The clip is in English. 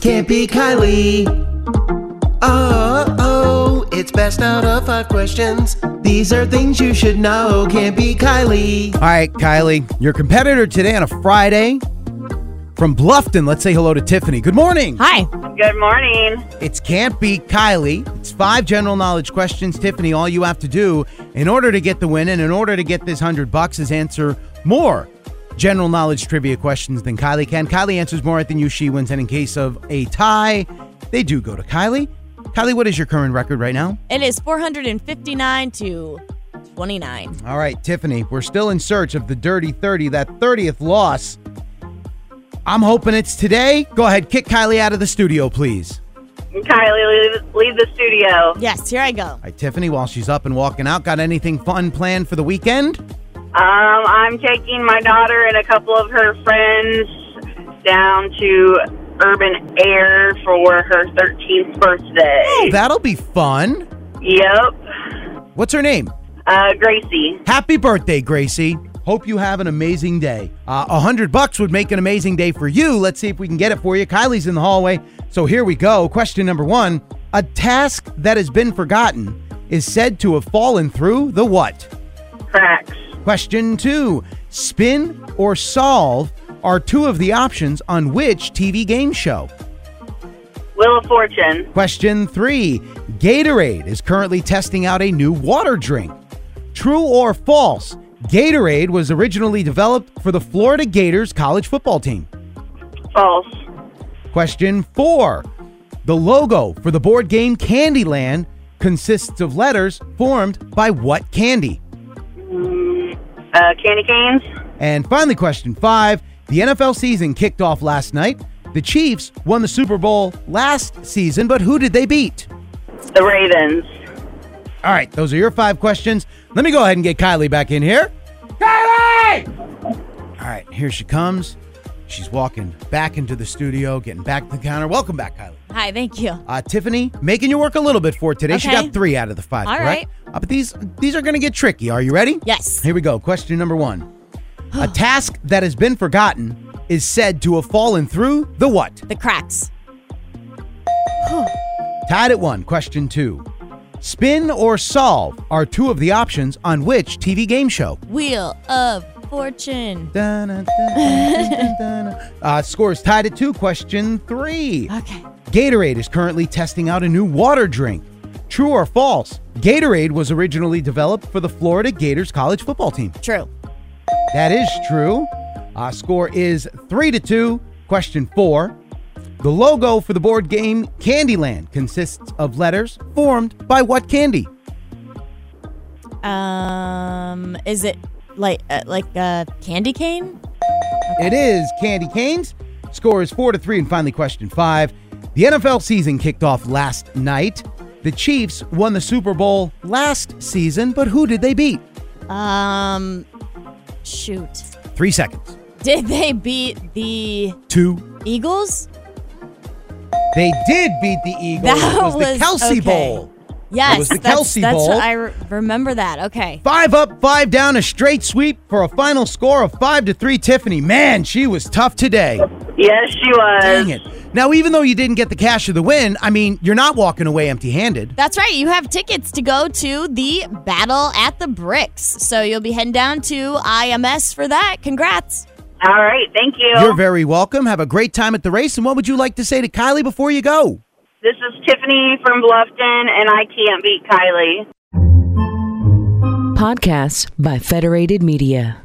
Can't be Kylie. Oh, oh, it's best out of five questions. These are things you should know. Can't be Kylie. All right, Kylie, your competitor today on a Friday from Bluffton. Let's say hello to Tiffany. Good morning. Hi. Good morning. It's Can't Be Kylie. It's five general knowledge questions. Tiffany, all you have to do in order to get the win and in order to get this hundred bucks is answer more general knowledge trivia questions than Kylie can. Kylie answers more right than you, she wins. And in case of a tie, they do go to Kylie. Kylie, what is your current record right now? It is 459 to 29. All right, Tiffany, we're still in search of the Dirty 30, that 30th loss. I'm hoping it's today. Go ahead, kick Kylie out of the studio, please. Kylie, leave, leave the studio. Yes, here I go. All right, Tiffany, while she's up and walking out, got anything fun planned for the weekend? Um, I'm taking my daughter and a couple of her friends down to Urban Air for her 13th birthday. That'll be fun. Yep. What's her name? Uh, Gracie. Happy birthday, Gracie. Hope you have an amazing day. Uh, A hundred bucks would make an amazing day for you. Let's see if we can get it for you. Kylie's in the hallway. So here we go. Question number one A task that has been forgotten is said to have fallen through the what? Cracks. Question two Spin or solve are two of the options on which TV game show? Wheel of Fortune. Question three Gatorade is currently testing out a new water drink. True or false? Gatorade was originally developed for the Florida Gators college football team. False. Question four The logo for the board game Candyland consists of letters formed by what candy? Mm, uh, candy canes. And finally, question five The NFL season kicked off last night. The Chiefs won the Super Bowl last season, but who did they beat? The Ravens. All right, those are your five questions. Let me go ahead and get Kylie back in here. Kylie! All right, here she comes. She's walking back into the studio, getting back to the counter. Welcome back, Kylie. Hi, thank you. Uh, Tiffany, making you work a little bit for today. She Okay. got three out of the five, All correct? Uh, but these these are going to get tricky. Are you ready? Yes. Here we go. Question number one: A task that has been forgotten is said to have fallen through the what? The cracks. Tied at one. Question two: Spin or solve are two of the options on which TV game show? Wheel of Fortune. Uh, scores tied at two. Question three. Okay. Gatorade is currently testing out a new water drink. True or false? Gatorade was originally developed for the Florida Gators college football team. True. That is true. Uh, score is three to two. Question four. The logo for the board game Candyland consists of letters formed by what candy? Um, is it like uh, like a candy cane? It is Candy Canes. Score is four to three. And finally, question five. The NFL season kicked off last night. The Chiefs won the Super Bowl last season, but who did they beat? Um, shoot. Three seconds. Did they beat the Two. Eagles? They did beat the Eagles. That it was, the was- Kelsey okay. Bowl. Yes, was the that's, Kelsey that's Bowl. I re- remember that. Okay. Five up, five down, a straight sweep for a final score of five to three. Tiffany, man, she was tough today. Yes, she was. Dang it. Now, even though you didn't get the cash of the win, I mean, you're not walking away empty handed. That's right. You have tickets to go to the Battle at the Bricks. So you'll be heading down to IMS for that. Congrats. All right. Thank you. You're very welcome. Have a great time at the race. And what would you like to say to Kylie before you go? this is Tiffany from Bluffton, and I can't beat Kylie. Podcasts by Federated Media.